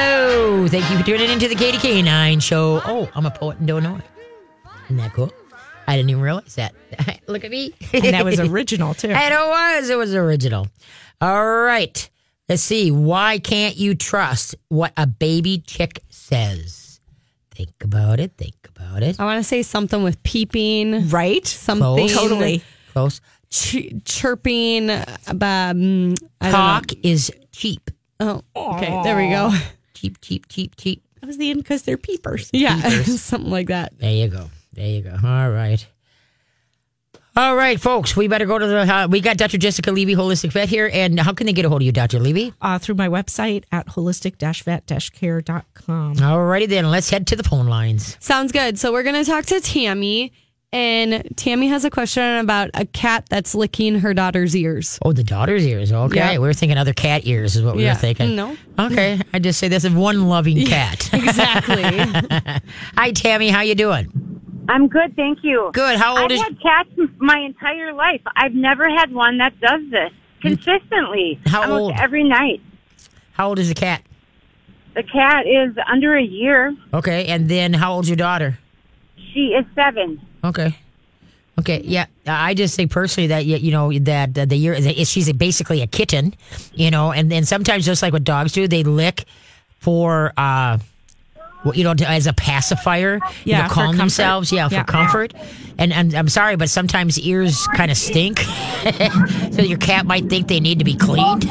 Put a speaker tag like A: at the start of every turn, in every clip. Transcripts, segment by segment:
A: you. Thank you for tuning into the Katie K9 show. Oh, I'm a poet and don't know it. Isn't that cool? I didn't even realize that. Look at me.
B: And that was original too.
A: And it was. It was original. All right. Let's see. Why can't you trust what a baby chick says? Think about it. Think about it.
C: I want to say something with peeping,
B: Right?
C: something
B: Totally.
A: Close.
C: ch- chirping. Um, I don't
A: Talk is cheap.
C: know. Oh, okay. There we go.
A: Cheap, cheap, cheap, cheap.
B: That was the end because they're peepers.
C: Yeah, something like that.
A: There you go. There you go. All right. All right, folks. We better go to the. Uh, we got Dr. Jessica Levy, holistic vet here, and how can they get a hold of you, Dr. Levy?
B: Uh, through my website at holistic-vet-care.com.
A: All righty then. Let's head to the phone lines.
C: Sounds good. So we're gonna talk to Tammy, and Tammy has a question about a cat that's licking her daughter's ears.
A: Oh, the daughter's ears. Okay,
C: Yeah.
A: we were thinking other cat ears is what we
C: Yeah.
A: were thinking.
C: No.
A: Okay, I just say that's a one loving cat.
C: Exactly.
A: Hi, Tammy. How you doing?
D: I'm good, thank you.
A: Good. How old
D: I've
A: is?
D: had cats m- my entire life. I've never had one that does this consistently.
A: How
D: almost
A: old?
D: Every night.
A: How old is the cat?
D: The cat is under a year.
A: Okay, and then how old's your daughter?
D: She is seven.
A: Okay. Okay. Yeah. I just say personally that you you know that that the year that she's basically a kitten, you know, and then sometimes just like what dogs do, they lick for uh, well, you know, as a pacifier, you
B: Yeah,
A: know,
B: for
A: calm
B: comfort.
A: themselves, yeah,
B: Yeah.
A: for comfort. And, and I'm sorry, but sometimes ears kind of stink, so your cat might think they need to be cleaned.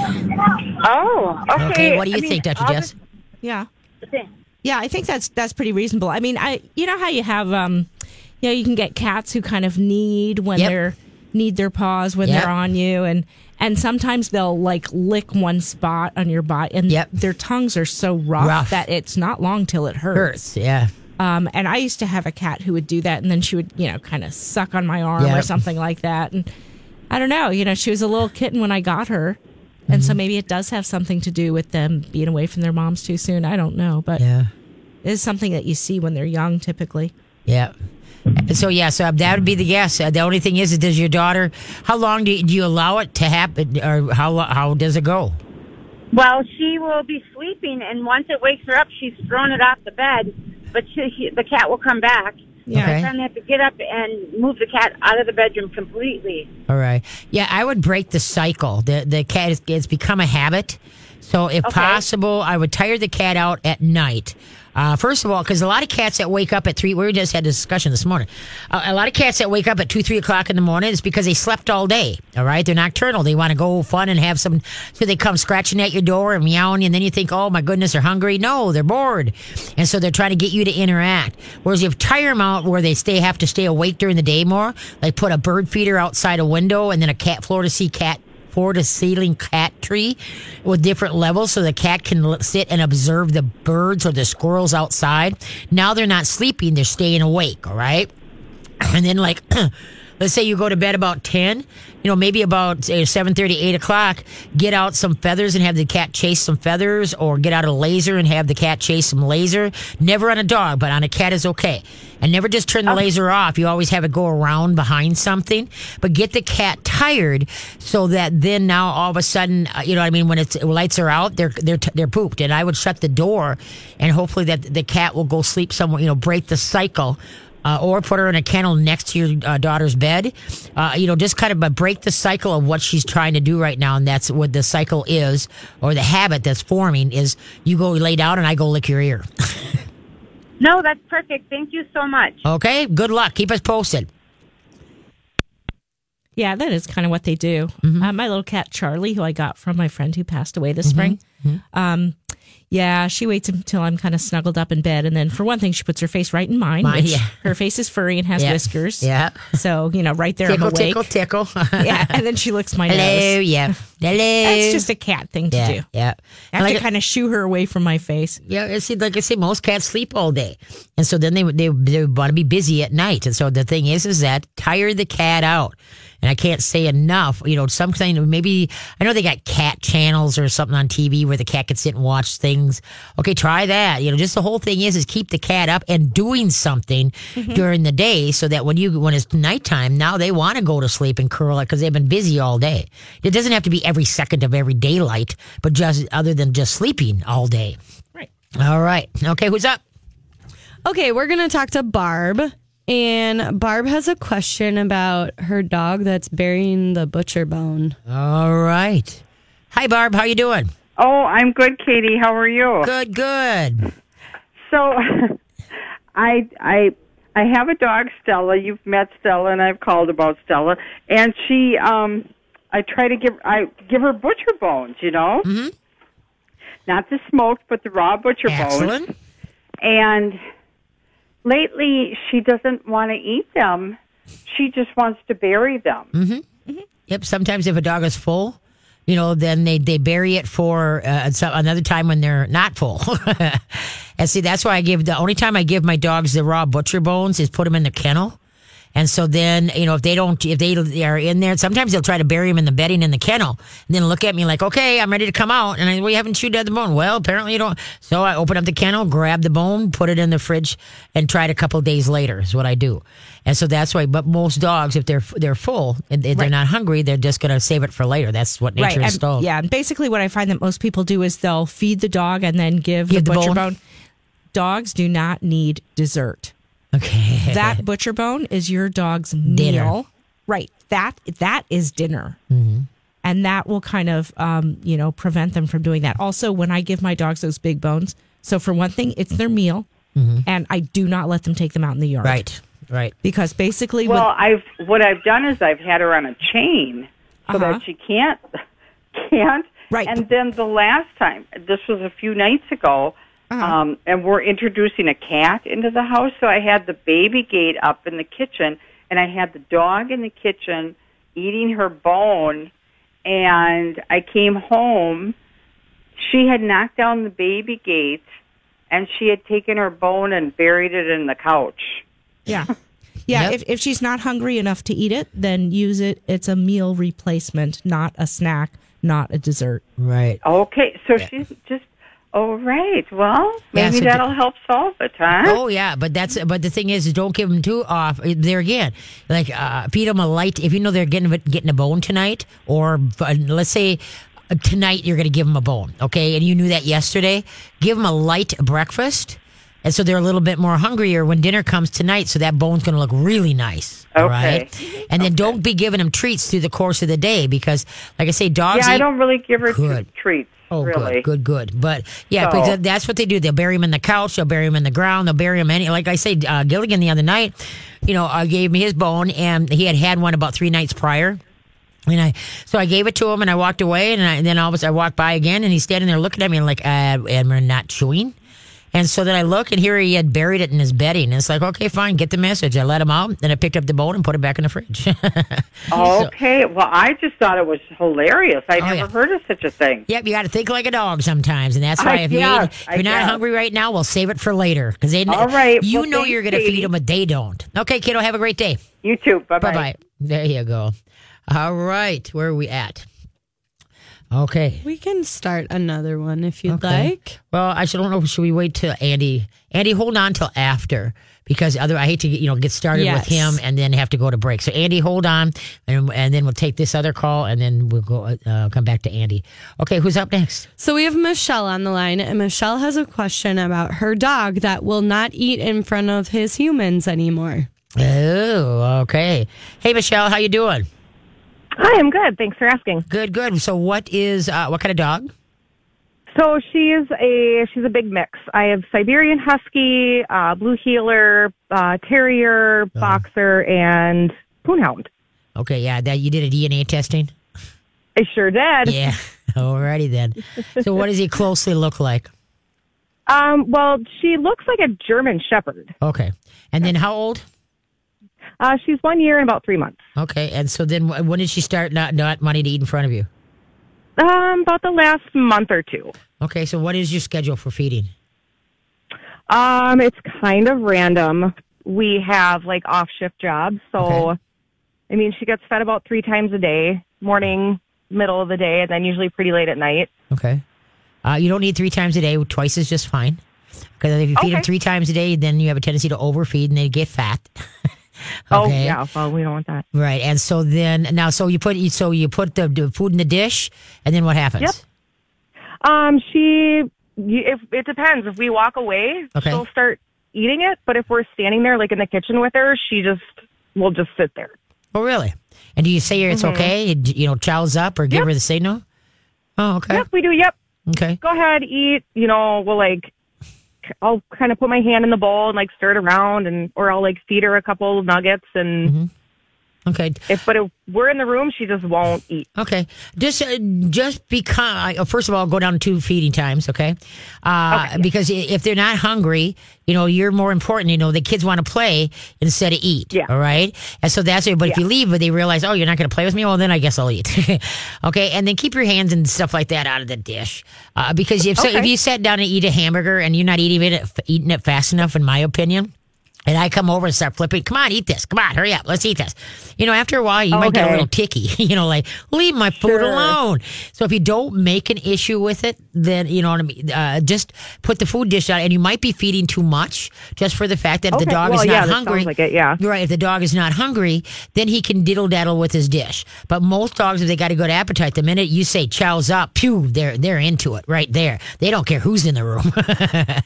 D: Oh, okay.
A: Okay. What do you
D: I mean,
A: think, Dr.
D: all
A: Jess?
B: Yeah.
D: the thing-
B: Yeah, I think that's that's pretty reasonable. I mean, I you know how you have um you know you can get cats who kind of need when
A: Yep.
B: they're need their paws when
A: Yep.
B: they're on you and and sometimes they'll like lick one spot on your body and
A: Yep.
B: their tongues are so rough,
A: Rough.
B: that it's not long till it hurts.
A: Hurts. Yeah.
B: Um and I used to have a cat who would do that and then she would, you know, kind of suck on my arm or
A: Yep.
B: something like that and I don't know, you know, she was a little kitten when I got her. And
A: Mm-hmm.
B: so maybe it does have something to do with them being away from their moms too soon. I don't know, but
A: Yeah.
B: is something that you see when they're young typically.
A: Yeah. So yeah, so that would be the guess. Uh, the only thing is, does your daughter? How long do you, do you allow it to happen, or how lo- how does it go?
D: Well, she will be sleeping, and once it wakes her up, she's thrown it off the bed. But she, she, the cat will come back.
B: Yeah.
A: Okay.
D: Then they have to get up and move the cat out of the bedroom completely.
A: All right. Yeah, I would break the cycle. The the cat is, it's become a habit. So if possible, I would tire the cat out at night. Uh, first of all, because a lot of cats that wake up at three, we just had a discussion this morning. Uh, a lot of cats that wake up at two, three o'clock in the morning is because they slept all day. All right, they're nocturnal. They want to go fun and have some. So they come scratching at your door and meowing, and then you think, oh my goodness, they're hungry. No, they're bored, and so they're trying to get you to interact. Whereas if tire them out where they stay have to stay awake during the day more, like put a bird feeder outside a window and then a cat floor to see cat floor to ceiling cat tree with different levels so the cat can l- sit and observe the birds or the squirrels outside. Now they're not sleeping, they're staying awake, all right? and then like let's say you go to bed about 10 you know maybe about say, 7.30 8 o'clock get out some feathers and have the cat chase some feathers or get out a laser and have the cat chase some laser never on a dog but on a cat is okay and never just turn the laser off you always have it go around behind something but get the cat tired so that then now all of a sudden uh, you know what i mean when it's lights are out they're they're t- they're pooped and i would shut the door and hopefully that the cat will go sleep somewhere you know break the cycle uh, or put her in a kennel next to your uh, daughter's bed. Uh, you know, just kind of uh, break the cycle of what she's trying to do right now, and that's what the cycle is, or the habit that's forming is you go lay down and I go lick your ear.
D: No, that's perfect. Thank you so much.
A: okay, good luck. Keep us posted.
B: Yeah, that is kind of what they do.
A: Mm-hmm.
B: Uh, my little cat Charlie, who I got from my friend who passed away this spring,
A: Mm-hmm.
B: Um, yeah, she waits until I'm kind of snuggled up in bed, and then for one thing, she puts her face right in mine.
A: Mine,
B: which
A: yeah.
B: Her face is furry and has
A: Yeah.
B: whiskers.
A: Yeah.
B: So you know, right there,
A: Tickle,
B: I'm awake.
A: tickle, tickle.
B: Yeah, and then she licks my
A: Hello,
B: nose.
A: yeah. Hello.
B: That's just a cat thing to
A: yeah,
B: do.
A: yeah.
B: I have
A: Like-
B: to kind of shoo her away from my face.
A: Yeah, it's like I say, most cats sleep all day, and so then they they they want to be busy at night. And so the thing is, is that tire the cat out. And I can't say enough. You know, some kind of maybe I know they got cat channels or something on TV where the cat can sit and watch things. Okay, try that. You know, just the whole thing is is keep the cat up and doing something during the day so that when you when it's nighttime, now they want to go to sleep and curl it because they've been busy all day. It doesn't have to be every second of every daylight, but just other than just sleeping all day.
B: Right.
A: All right. Okay, who's up?
C: Okay, we're going to talk to Barb. And Barb has a question about her dog that's burying the butcher bone.
A: All right. Hi, Barb. How you doing?
E: Oh, I'm good, Katie. How are you?
A: Good, good.
E: So, I I I have a dog, Stella. You've met Stella, and I've called about Stella, and she um I try to give I give her butcher bones, you know, mm-hmm. not the smoked, but the raw butcher bones.
A: Excellent.
E: And lately, she doesn't want to eat them. She just wants to bury them.
A: Yep. Sometimes if a dog is full, you know, then they, they bury it for uh, some, another time when they're not full. and see, that's why I give the only time I give my dogs the raw butcher bones is put them in the kennel. And so then, you know, if they don't, if they they are in there, sometimes they'll try to bury them in the bedding in the kennel and then look at me like, okay, I'm ready to come out. And I, we haven't chewed at the bone. Well, apparently you don't. So I open up the kennel, grab the bone, put it in the fridge and try it a couple days later is what I do. And so that's why, but most dogs, if they're, they're full and they- they're not hungry, they're just going to save it for later. That's what nature
B: and-
A: installed.
B: yeah. And basically, what I find that most people do is they'll feed the dog and then give
A: Give
B: the
A: the
B: butcher
A: bone.
B: bone. Dogs do not need dessert.
A: Okay.
B: That butcher bone is your dog's meal, right? That that is dinner,
A: Mm-hmm.
B: and that will kind of um, you know prevent them from doing that. Also, when I give my dogs those big bones, so for one thing, it's their meal, and I do not let them take them out in the yard,
A: Mm-hmm. Right. Right.
B: Because basically, when-
E: Well, I've what I've done is I've had her on a chain so
B: Uh-huh.
E: that she can't can't.
B: Right.
E: And then the last time, this was a few nights ago,
B: Uh-huh.
E: um, and we're introducing a cat into the house, so I had the baby gate up in the kitchen, and I had the dog in the kitchen eating her bone, and I came home. She had knocked down the baby gate, and she had taken her bone and buried it in the couch.
B: Yeah. Yeah,
A: Yep.
B: if, if she's not hungry enough to eat it, then use it. It's a meal replacement, not a snack, not a dessert.
A: Right.
E: Okay, so she's just all right. Well,
A: Yeah,
E: maybe
A: so
E: that'll help solve it, huh?
A: Oh yeah, but that's but the thing is, is don't give them too off. eh, There again, like uh, feed them a light. If you know they're getting getting a bone tonight, or uh, let's say uh, tonight you're going to give them a bone, okay? And you knew that yesterday. Give them a light breakfast, and so they're a little bit more hungrier when dinner comes tonight. So that bone's going to look really nice, all
E: Okay.
A: right? And then don't be giving them treats through the course of the day because, like I say, dogs.
E: Yeah, I
A: eat-
E: don't really give her tr-
A: Good.
E: treats.
A: Oh,
E: really.
A: good, good, good. But yeah,
E: So-
A: because that's what they do. They'll bury him in the couch. They'll bury him in the ground. They'll bury him any. Like I say, uh, Gilligan the other night, you know, I gave me his bone, and he had had one about three nights prior. And I, so I gave it to him, and I walked away, and, I, and then all of a sudden I walked by again, and he's standing there looking at me like, uh, "Am I not chewing?" And so then I look, and here he had buried it in his bedding. And it's like, okay, fine, get the message. I let him out, then I picked up the bone and put it back in the fridge.
E: Okay. well, I just thought it was hilarious. I never
A: Oh, yeah.
E: heard of such a thing.
A: Yep, you got to think like a dog sometimes, and that's
E: I
A: why if, you
E: guess,
A: eat, if
E: I
A: you're not
E: guess.
A: hungry right now, we'll save it for later because they
E: All right,
A: you
E: well,
A: know
E: thanks,
A: you're going to
E: Katie.
A: feed them, but they don't. Okay, kiddo, have a great day.
E: You too.
A: Bye
E: Bye bye.
A: bye. There you go. All right, where are we at? Okay.
C: We can start another one if you'd
A: Okay.
C: like.
A: Well, I should don't know. Should we wait till Andy? Andy, hold on till after because other I hate to get you know get started
C: Yes.
A: with him and then have to go to break. So Andy, hold on, and and then we'll take this other call and then we'll go uh, come back to Andy. Okay, who's up next?
C: So we have Michelle on the line, and Michelle has a question about her dog that will not eat in front of his humans anymore.
A: Oh, okay. Hey, Michelle, how you doing?
F: Hi, I'm good. Thanks for asking.
A: Good, good. So, what is uh, what kind of dog?
F: So she is a she's a big mix. I have Siberian Husky, uh, Blue Heeler, uh, Terrier,
A: Uh-huh.
F: Boxer, and Poonhound.
A: Okay, yeah, that you did a DNA testing.
F: I sure did.
A: Yeah. Alrighty then. So, what does he closely look like?
F: Um, well, she looks like a German Shepherd.
A: Okay, and then how old?
F: Uh, she's one year and about three months.
A: Okay, and so then wh- when did she start not not wanting to eat in front of you?
F: Um, about the last month or two.
A: Okay, so what is your schedule for feeding?
F: Um, it's kind of random. We have like off shift jobs, so
A: Okay.
F: I mean she gets fed about three times a day, morning, middle of the day, and then usually pretty late at night.
A: Okay, uh, you don't need three times a day. Twice is just fine. Because if you feed them
F: Okay.
A: three times a day, then you have a tendency to overfeed and they get fat.
F: Oh
A: Okay.
F: yeah, well we don't want that.
A: Right, and so then now, so you put so you put the, the food in the dish, and then what happens?
F: Yep. Um, she you, if it depends. If we walk away,
A: Okay.
F: she'll start eating it. But if we're standing there, like in the kitchen with her, she just will just sit there.
A: Oh, really? And do you say it's okay? You, you know, chow's up or give her the signal? Oh, okay.
F: Yep, we do. Yep,
A: Okay.
F: go ahead, eat. You know, we'll like, I'll kind of put my hand in the bowl and like stir it around, and or I'll like feed her a couple nuggets. And
B: Mm-hmm.
A: Okay.
F: if but if we're in the room, she just won't eat.
A: Okay. Just uh, just because uh, first of all, go down two feeding times, okay? Uh, Because i- if they're not hungry, you know you're more important. You know the kids want to play instead of eat.
F: Yeah.
A: All right. And so that's it. But if you leave, but they realize, oh, you're not going to play with me. Well, then I guess I'll eat. okay. And then keep your hands and stuff like that out of the dish, uh, because if so, if you sat down and eat a hamburger and you're not eating it eating it fast enough, in my opinion. And I come over and start flipping. Come on, eat this. Come on, hurry up. Let's eat this. You know, after a while, you might get a
F: Okay.
A: little ticky. You know, like leave my food alone. So if you don't make an issue with it, then you know what I mean. Uh, just put the food dish out, and you might be feeding too much just for the fact that if the
F: Okay.
A: dog
F: Well,
A: is not
F: yeah, that
A: hungry.
F: sounds like it, yeah.
A: You're right. If the dog is not hungry, then he can diddle daddle with his dish. But most dogs, if they got a good appetite, the minute you say "chow's up," pew, they're they're into it right there. They don't care who's in the room.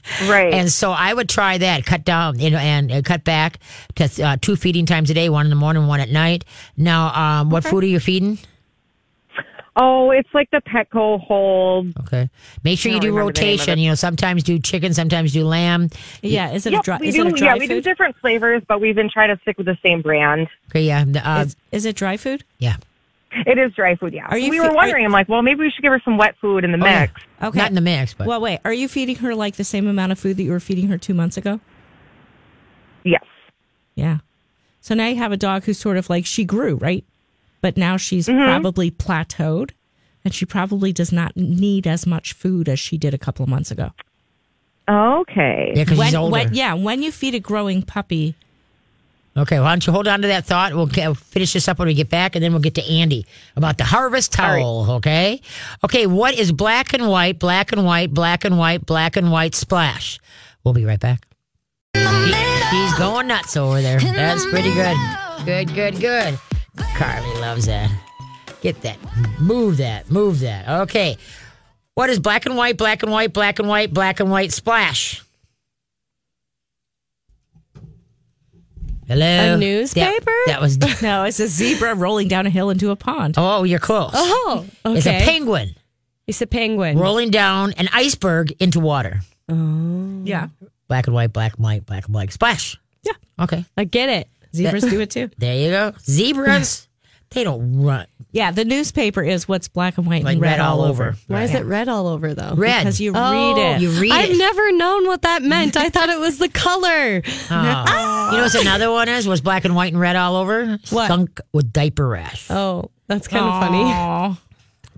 F: Right.
A: And so I would try that, cut down, you know, and uh, cut back to uh, two feeding times a day, one in the morning, one at night. Now, um, what food are you feeding?
F: oh, it's like the Petco whole.
A: Okay. Make sure you
F: don't
A: do
F: remember the name of
A: rotation. You know, sometimes do chicken, sometimes do lamb.
B: Yeah, is it a
F: Yep,
B: dry?
F: we
B: Is
F: do.
B: it a dry
F: yeah,
B: food?
F: we do different flavors, but we've been trying to stick with the same brand.
A: Okay, yeah. the, Uh,
B: is, is it dry food?
A: yeah.
F: It is dry food, yeah.
B: Are you
F: we
B: fe-
F: were
B: are- Oh,
F: wondering, I'm like, well, maybe we should give her some wet food in the
A: yeah.
F: mix.
B: Okay.
A: Not in the mix, but
B: Well, wait. Are you feeding her like the same amount of food that you were feeding her two months ago?
F: Yes.
B: Yeah. So now you have a dog who's sort of like she grew, right? But now she's probably plateaued and she probably does not need as much food as she did a couple of months ago.
F: Okay.
A: yeah, because
B: When,
A: he's older.
B: when- yeah, when you feed a growing puppy,
A: Okay, why don't you hold on to that thought? We'll ca- finish this up when we get back, and then we'll get to Andy about the harvest towel. Okay, okay. What is black and white? Black and white. Black and white. Black and white splash. We'll be right back. He- he's going nuts over there. That's pretty good. Good, good, good. Carly loves that. Get that. Move that. Move that. Okay. What is black and white? Black and white. Black and white. Black and white splash. Hello.
C: A
A: That-
C: newspaper?
A: That, was.
B: no, it's a zebra rolling down a hill into a pond.
A: Oh, you're close.
C: Oh, okay.
A: It's a penguin
C: It's a penguin.
A: rolling down an iceberg into water.
B: Yeah.
A: Black and white. Black and white. Black and white splash.
B: Yeah.
A: Okay.
C: I get it.
B: Zebras do it too.
A: There you go. Zebras. they don't run.
B: Yeah, the newspaper is what's black and white
A: like
B: and red, all over.
C: Why is it red all over though?
A: Red.
B: Because you
C: Oh,
B: read it.
A: You read
C: I've
A: it.
C: never known what that meant. I thought it was the color.
A: Oh. You know what's another one is? Was black and white and red all over?
B: What?
A: Sunk with diaper rash.
C: Oh, that's kind of funny.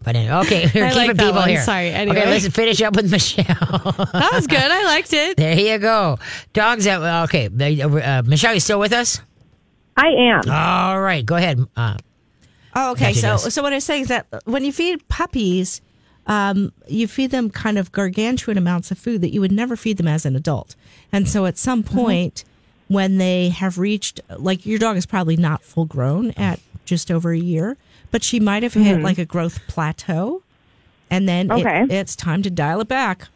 A: But anyway, okay, we're
C: I
A: keeping
C: like that
A: people
C: one.
A: here.
C: Sorry, anyway.
A: Okay, let's finish up with Michelle.
C: That was good. I liked it.
A: there you go. Dogs that, okay, they- uh, Michelle, you still with us?
F: I am.
B: Uh,
A: All right, go ahead. Uh,
B: Oh, okay.
A: Yes, it
B: So,
A: is.
B: so what I'm saying is that when you feed puppies, um, you feed them kind of gargantuan amounts of food that you would never feed them as an adult. And so, at some
F: Mm-hmm.
B: point, when they have reached, like your dog is probably not full grown at just over a year, but she might have hit like a growth plateau, and then it-
F: Mm-hmm. Okay.
B: it's time to dial it back.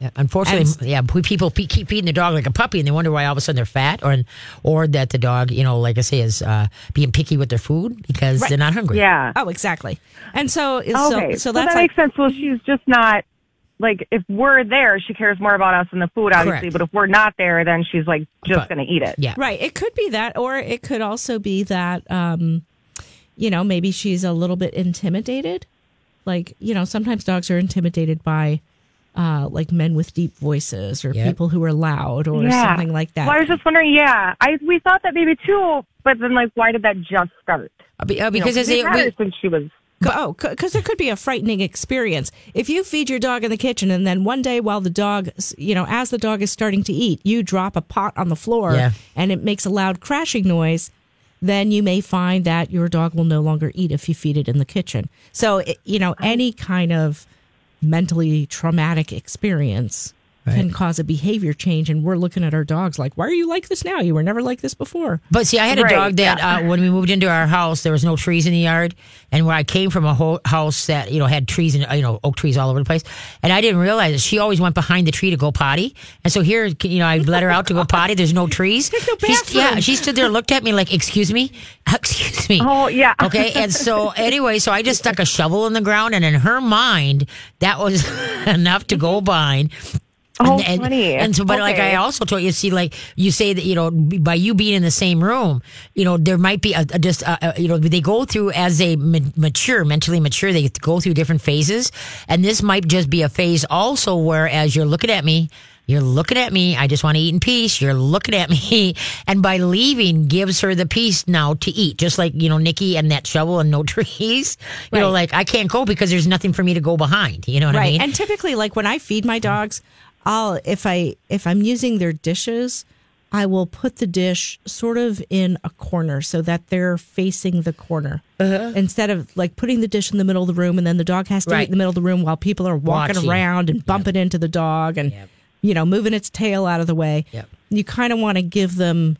A: Yeah, Unfortunately, yeah, we- people fe- keep feeding the dog like a puppy, and they wonder why all of a sudden they're fat, or or that the dog, you know, like I say, is uh, being picky with their food because they're not hungry.
F: Yeah.
B: Oh, exactly. And so,
F: Okay.
B: so, so that's
F: that
B: like,
F: makes sense. Well, she's just not like if we're there, she cares more about us and the food, obviously.
A: Correct.
F: But if we're not there, then she's like
A: But-
F: just going to eat it.
A: Yeah.
B: Right. It could be that, or it could also be that, um, you know, maybe she's a little bit intimidated. Like, you know, sometimes dogs are intimidated by, uh, like men with deep voices or
A: Yep.
B: people who are loud or
F: Yeah.
B: something like that.
F: Well, I was just wondering. Yeah, I we thought that maybe too, but then like, why did that just start?
A: Uh, be- uh, because
F: you know,
A: as they-
F: it matters
A: we-
F: when she was.
B: Oh, because there could be a frightening experience if you feed your dog in the kitchen, and then one day while the dog, you know, as the dog is starting to eat, you drop a pot on the floor,
A: Yeah.
B: and it makes a loud crashing noise. Then you may find that your dog will no longer eat if you feed it in the kitchen. So, it- you know, any kind of mentally traumatic experience can cause a behavior change. And we're looking at our dogs like, why are you like this now? You were never like this before.
A: But see, I had a
F: Right,
A: dog that uh, when we moved into our house, there was no trees in the yard, and where I came from, a whole house that you know had trees and uh, you know oak trees all over the place, and I didn't realize it. She always went behind the tree to go potty, and so here, you know, I let her out to go potty. There's no trees.
B: There's no
A: She's- yeah,
B: bathroom.
A: she stood there, and looked at me like, "Excuse me, excuse me."
F: Oh, yeah.
A: Okay, and so anyway, so I just stuck a shovel in the ground, and in her mind, that was enough to go behind.
F: Mm-hmm. Oh,
A: and, and-
F: funny.
A: And so, but like I
F: Okay.
A: also told you, see, like you say that you know, b- by you being in the same room, you know, there might be a, a just uh uh you know they go through as they ma- mature, mentally mature, they go through different phases, and this might just be a phase also where as you're looking at me. You're looking at me. I just want to eat in peace. You're looking at me. And by leaving gives her the peace now to eat. Just like, you know, Nikki and that shovel and no trees. You know, like I can't go because there's nothing for me to go behind. You know what I mean?
B: And typically, like when I feed my dogs, I'll if I if I'm using their dishes, I will put the dish sort of in a corner so that they're facing the corner instead of like putting the dish in the middle of the room and then the dog has to
A: Uh-huh. Right.
B: eat in the middle of the room while people are walking
A: Watching.
B: around and bumping into the dog and you know moving its tail out of the way.
A: Yep.
B: You kind of want to give them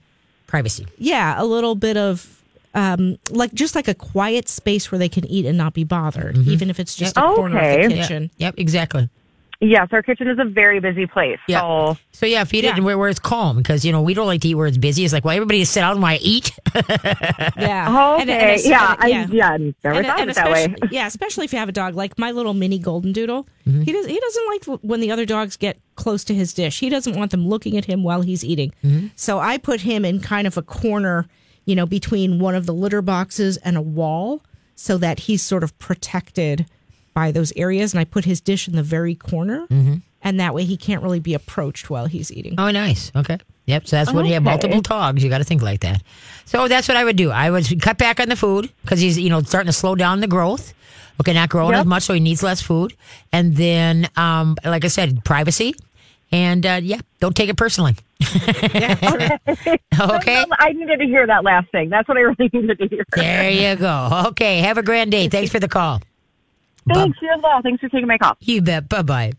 A: Privacy.
B: yeah, a little bit of um, like just like a quiet space where they can eat and not be bothered,
A: Mm-hmm.
B: even if it's just a corner of the
F: Okay.
B: kitchen.
A: Yep, exactly.
F: Yes, our kitchen is a very busy place.
A: Yeah.
F: So
A: So yeah, feed
B: Yeah.
A: it where, where it's calm because you know we don't like to eat where it's busy. It's like well, everybody just sit out and I eat.
B: Yeah.
A: Oh,
F: okay,
B: And- and es-
F: yeah,
B: and-
F: I, yeah, I never
B: And-
F: thought
B: and
F: of it that way.
B: especially- yeah, especially if you have a dog like my little mini golden doodle.
F: Mm-hmm.
B: He does. He doesn't like w- when the other dogs get close to his dish. He doesn't want them looking at him while he's eating.
F: Mm-hmm.
B: So I put him in kind of a corner, you know, between one of the litter boxes and a wall, so that he's sort of protected by those areas. And I put his dish in the very corner,
F: Mm-hmm.
B: and that way he can't really be approached while he's eating.
A: oh, nice. Okay. Yep. So that's when you have
F: Okay.
A: multiple dogs. You got to think like that. So that's what I would do. I would cut back on the food because he's you know starting to slow down the growth. Okay, not growing as much, so he needs less food. And then, um, like I said, privacy. And uh, yeah, don't take it personally. okay.
F: I needed to hear that last thing. That's what I really needed to hear.
A: There you go. Okay. Have a grand day. Thanks for the call.
F: Thanks, you as well. Thanks for taking my call.
A: You bet. Bye bye.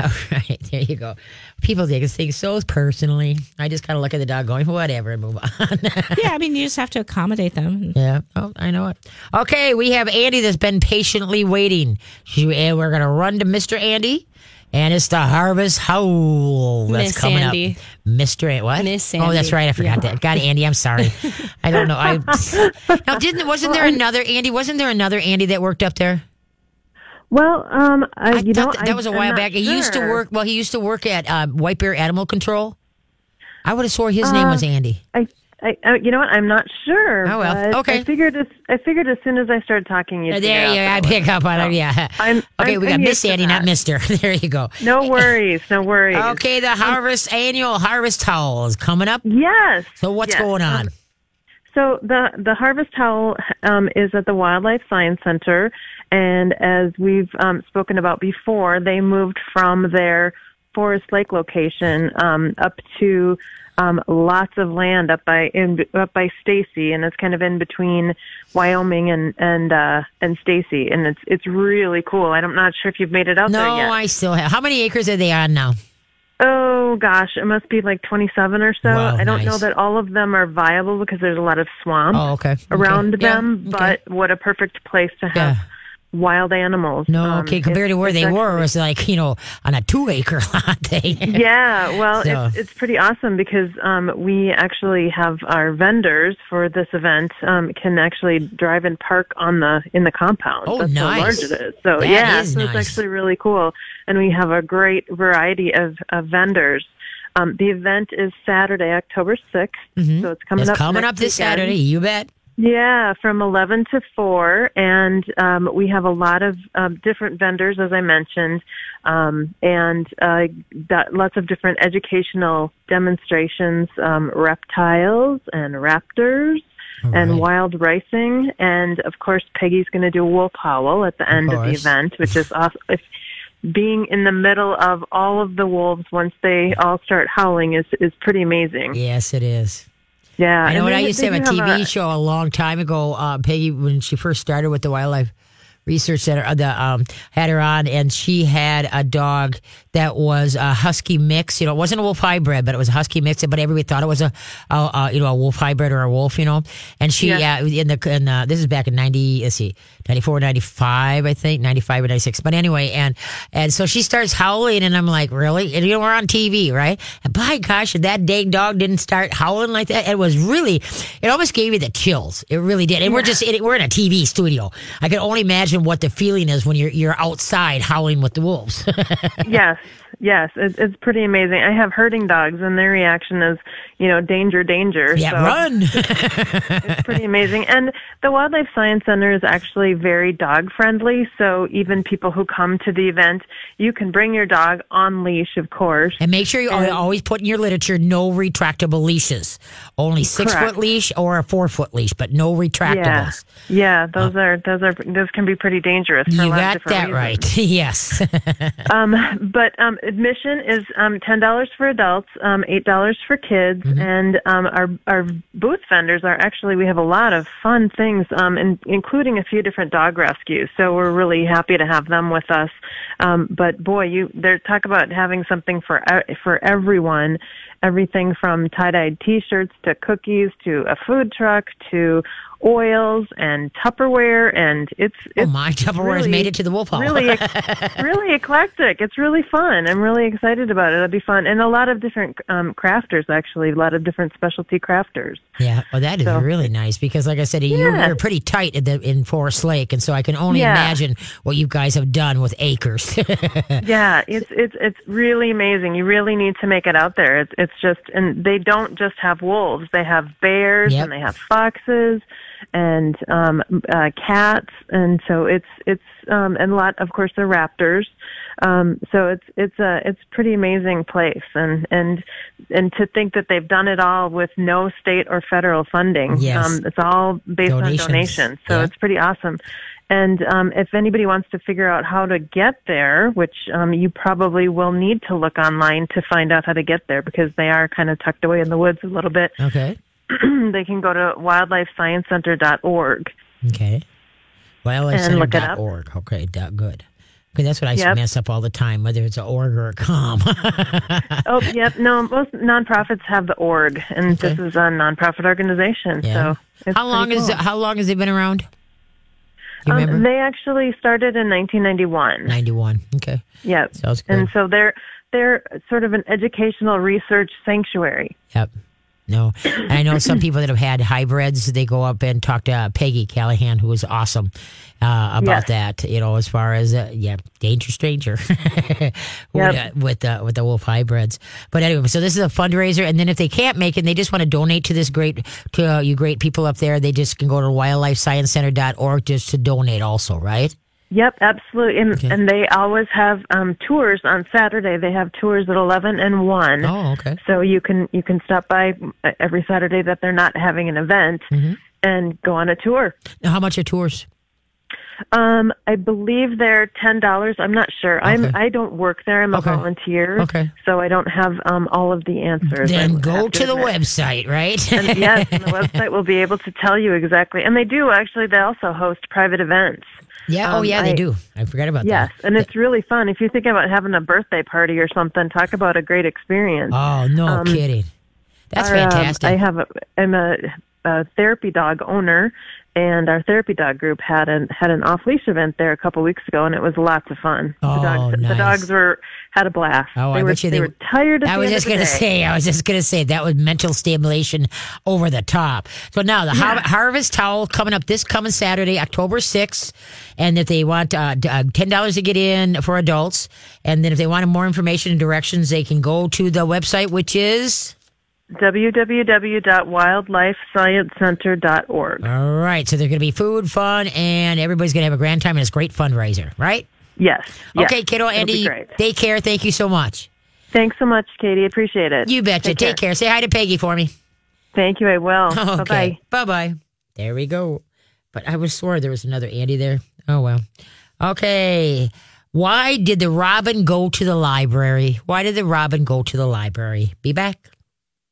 A: All right, there you go. People take this thing so personally. I just kind of look at the dog going, whatever, and move on.
B: yeah, I mean, you just have to accommodate them.
A: yeah. Oh, I know it. Okay, we have Andy that's been patiently waiting. She, and we're going to run to Mr. Andy, and it's the harvest howl that's
C: Miss
A: coming
C: Andy.
A: up. Mr. An- What?
C: Miss
A: Oh, that's
C: Andy.
A: right. I forgot that. God, Andy, I'm sorry. I don't know. I now didn't. Wasn't there another Andy? Wasn't there another Andy that worked up there?
G: Well, um, I,
A: I
G: you know,
A: thought that, that was a
G: I'm
A: while
G: not
A: back. He used to
G: sure.
A: work. Well, he used to work at uh, White Bear Animal Control. I would have swore his name
G: Um,
A: was Andy.
G: I, I, I, you know what? I'm not sure.
A: Oh, well.
G: but
A: Okay. Uh,
G: I figured as I figured as soon as I started talking, you.
A: There you, I pick up on him. Yeah.
G: I'm-
A: okay,
G: I'm
A: we got
G: used
A: Miss
G: to
A: Andy, not
G: that.
A: Mister. There you go.
G: No worries. No worries.
A: Okay, the harvest annual harvest howl is coming up.
G: Yes.
A: So what's
G: yes. Uh,
A: going on?
G: So the the harvest howl um, is at the Wildlife Science Center, and as we've um, spoken about before, they moved from their Forest Lake location um, up to um, lots of land up by in, up by Stacy, and it's kind of in between Wyoming and and uh, and Stacy, and it's it's really cool. I'm not sure if you've made it out
A: No,
G: there yet.
A: I still have. How many acres are they on now?
G: Oh gosh, it must be like 27 or so.
A: Wow,
G: I don't
A: nice.
G: know that all of them are viable because there's a lot of swamp
A: Oh, okay.
G: around
A: Okay. Yeah,
G: them,
A: okay.
G: but what a perfect place to have
A: Yeah.
G: wild animals.
A: no,
G: Um,
A: okay. Compared
G: it's-
A: to where
G: it's
A: they were, it
G: actually-
A: was like you know on a two acre lot. They,
G: yeah, well, it's,
A: So-
G: it's pretty awesome because um, we actually have our vendors for this event um, can actually drive and park on the in the compound.
A: Oh,
G: That's
A: nice.
G: how large it is. So
A: That
G: yeah,
A: is
G: so
A: nice.
G: it's actually really cool, and we have a great variety of, of vendors. Um, the event is Saturday, October 6th so it's
A: Mm-hmm.
G: coming
A: it's
G: up
A: coming
G: next
A: up this
G: weekend.
A: Saturday. You bet.
G: Yeah, from 11 to 4. And um, we have a lot of um, different vendors, as I mentioned, um, and uh, that, lots of different educational demonstrations, um, reptiles and raptors.
A: right.
G: And wild racing, and of course, Peggy's going to do a wolf howl at the end of the
A: course.
G: event, which is awesome. It's being in the middle of all of the wolves once they all start howling is is pretty amazing.
A: Yes, it is.
G: Yeah,
A: I know
G: and
A: what I
G: they-
A: used to
G: they
A: have a
G: do
A: TV
G: a-
A: show a long time ago, uh, Peggy, when she first started with the wildlife research center uh, the um, had her on, and she had a dog that was a husky mix. You know, it wasn't a wolf hybrid, but it was a husky mix. But everybody thought it was a, a, a you know a wolf hybrid or a wolf. You know, and she yeah. uh, in the in the, this is back in ninety let's see 94, 95, I think ninety five or ninety six. But anyway, and and so she starts howling, and I'm like, really? And you know, we're on TV, right? And by gosh, if that dang dog didn't start howling like that. It was really, it almost gave you the chills. It really did. And we're just in, we're in a TV studio. I can only imagine what the feeling is when you're you're outside howling with the wolves.
G: yes, yes, it, it's pretty amazing. I have herding dogs, and their reaction is, you know, danger, danger.
A: yeah,
G: so
A: run.
G: it's pretty amazing. And the Wildlife Science Center is actually very dog friendly. So even people who come to the event, you can bring your dog on leash, of course.
A: and make sure you al- always put in your literature no retractable leashes, only six
G: Correct.
A: foot leash or a four foot leash, but no
G: Yeah,
A: retractables.
G: yeah, those are those are those can be pretty dangerous. For a
A: You
G: lot of
A: got
G: different
A: that
G: reasons.
A: right. Yes.
G: Um, but um, admission is um, ten dollars for adults, um, eight dollars for kids, and um, our our booth vendors are actually we have a lot of fun things, um, in, including a few different dog rescues. So we're really happy to have them with us. Um, but boy, you there talk about having something for e- for everyone, everything from tie dyed T-shirts to cookies to a food truck to oils and Tupperware, and it's
A: oh,
G: it's
A: my Tupperware has
G: really-
A: made it to the wolf hall.
G: really, ec- really eclectic. It's really fun. I'm really excited about it. It'll be fun, and a lot of different um, crafters actually, a lot of different specialty crafters.
A: Yeah, well, that is
G: So-
A: really nice because, like I said, you
G: Yeah.
A: you're pretty tight at the, in Forest Lake, and so I can only
G: Yeah.
A: imagine what you guys have done with acres.
G: Yeah, it's it's it's really amazing. You really need to make it out there. It's it's just, and they don't just have wolves. They have bears
A: Yep.
G: and they have foxes and um, uh, cats, and so it's it's um, and a lot of course the raptors. Um, so it's it's a it's a pretty amazing place, and and and to think that they've done it all with no state or federal funding.
A: Yes.
G: Um, it's all based
A: Donations.
G: on donations, so
A: Yeah.
G: it's pretty awesome. And um, if anybody wants to figure out how to get there, which um, you probably will need to look online to find out how to get there because they are kind of tucked away in the woods a little bit,
A: okay.
G: they can go to wildlifesciencecenter.org.
A: Okay. Well, it's
G: And look it up.
A: org. Okay, dot good. Because that's what I used to
G: Yep.
A: mess up all the time, whether it's an org or a com.
G: Oh, yep. No, most nonprofits have the org, and this
A: Okay.
G: is a nonprofit organization.
A: Yeah.
G: So it's
A: how long
G: pretty
A: is
G: cool.
A: it, how long has it been around? You remember?
G: Um, they actually started in 1991.
A: Ninety one. Okay.
G: Yep.
A: Sounds good.
G: And so they're they're sort of an educational research sanctuary.
A: Yep. No, and I know some people that have had hybrids. They go up and talk to uh, Peggy Callahan, who was awesome uh, about
G: Yes.
A: that. You know, as far as uh, yeah, danger stranger with, uh, with uh, with the wolf hybrids. But anyway, so this is a fundraiser, and then if they can't make it, and they just want to donate to this great to uh, you great people up there. They just can go to wildlifesciencecenter.org just to donate. Also, right?
G: Yep, absolutely. And, and they always have um, tours on Saturday. They have tours at 11 and 1.
A: Oh, okay.
G: So you can you can stop by uh, every Saturday that they're not having an event
A: Mm-hmm.
G: and go on a tour.
A: Now, how much are tours?
G: Um, I believe they're ten dollars. I'm not sure. I'm I don't work there. I'm
A: Okay.
G: a volunteer.
A: Okay.
G: So I don't have um, all of the answers. I
A: Then
G: would
A: go
G: have
A: to the
G: admit.
A: website, right?
G: And yes, and the website will be able to tell you exactly. And they do actually. They also host private events.
A: yeah. oh,
G: um,
A: yeah. they
G: I-
A: do. I forgot about
G: Yes,
A: that.
G: and it's really fun. If you think about having a birthday party or something, talk about a great experience.
A: Oh, no
G: Um,
A: kidding. That's
G: Our, um,
A: fantastic.
G: I have a, I'm a, a therapy dog owner, and our therapy dog group had an had an off leash event there a couple weeks ago, and it was lots of fun.
A: Oh,
G: the dogs,
A: nice.
G: the dogs were had a blast.
A: Oh,
G: they
A: I
G: were,
A: bet you they
G: were tired. At
A: I
G: the
A: was
G: end
A: just
G: of the
A: going to
G: day.
A: say, I was just going to say that was mental stimulation over the top. So now the har- Harvest Towel coming up this coming Saturday, October 6th. And if they want uh, d- uh, $10 to get in for adults. And then if they want more information and directions, they can go to the website, which is.
G: www.wildlifesciencecenter.org.
A: All right. So there's going to be food, fun, and everybody's going to have a grand time and it's a great fundraiser, right?
G: Yes. yes.
A: Okay, kiddo,
G: It'll
A: Andy,
G: be great.
A: take care. Thank you so much.
G: Thanks so much, Katie. Appreciate it.
A: You betcha. Take, care. Say hi to Peggy for me.
G: Thank you. I will. Bye bye.
A: Okay. Bye bye. There we go. But I was sure there was another Andy there. Oh well. Okay. Why did the robin go to the library? Why did the robin go to the library? Be back.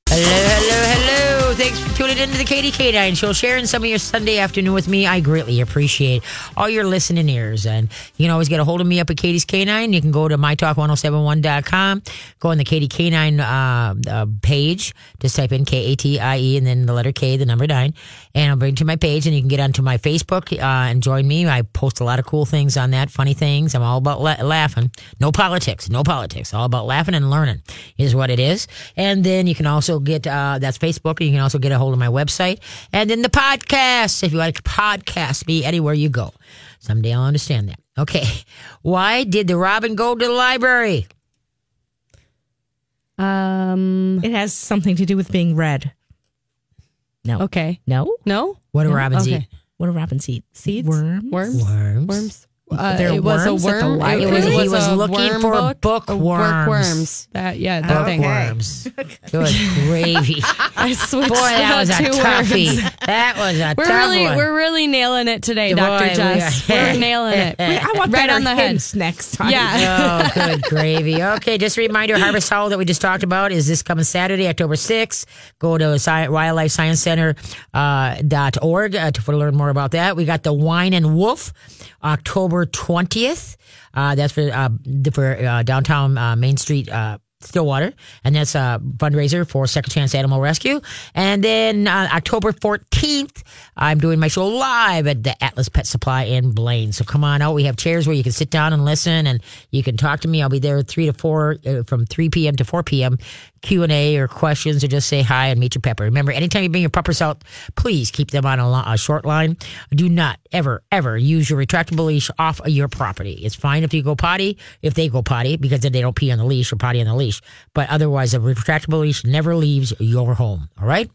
A: Hello, hello, hello. So thanks for tuning into the Katie K9 Show, sharing some of your Sunday afternoon with me. I greatly appreciate all your listening ears. And you can always get a hold of me up at Katie's K9. You can go to mytalk1071.com, go on the Katie K9 uh, uh, page, just type in K A T I E and then the letter K, the number nine, and I'll bring you to my page. And you can get onto my Facebook uh, and join me. I post a lot of cool things on that, funny things. I'm all about la- laughing. No politics, no politics. All about laughing and learning is what it is. And then you can also get uh, that's Facebook. And you can also get a hold of my website and then the podcast. If you like podcast, me anywhere you go. Someday I'll understand that. Okay, why did the robin go to the library?
C: Um.
B: It has something to do with being red. No.
C: Okay.
B: No?
C: No.
A: What do robins
C: Okay.
A: eat?
B: What do robins eat?
C: Seeds.
B: Worms?
C: Worms.
A: Worms.
C: Worms. Uh,
B: There are
C: it was a
B: worms at the
C: worm.
B: library?
C: It was,
A: He
C: it was
A: was
C: a
A: looking
C: worm
A: for
C: book.
A: bookworms.
C: Worms. That yeah. That thing.
A: Bookworms. Good gravy.
C: I switched
A: Boy, that
C: the
A: was a
C: two
A: toughie.
C: words.
A: That was a
C: We're
A: tough
C: really
A: one.
C: we're really nailing it today,
A: Boy,
C: Doctor
A: we
C: Jess.
A: are-
C: We're nailing it.
B: I want
C: right
B: better
C: on the head.
B: hints next time.
C: Yeah.
A: oh, good gravy. Okay, just a reminder, Harvest Howl that we just talked about is this coming Saturday, October 6th. Go to sci- wildlife science center uh, dot org uh, to, to learn more about that. We got the Wine and Wolf, October 20th. Uh, that's for, uh, for uh, downtown uh, Main Street uh, Stillwater, and that's a fundraiser for Second Chance Animal Rescue. And then uh, October 14th, I'm doing my show live at the Atlas Pet Supply in Blaine. So come on out. We have chairs where you can sit down and listen, and you can talk to me. I'll be there three to four, uh, from 3 p.m. to 4 p.m. Q and A or questions, or just say hi and meet your pepper. Remember, anytime you bring your peppers out, please keep them on a, lo- a short line. Do not ever ever use your retractable leash off of your property. It's fine if you go potty, if they go potty, because then they don't pee on the leash or potty on the leash. But otherwise, a retractable leash never leaves your home. All right.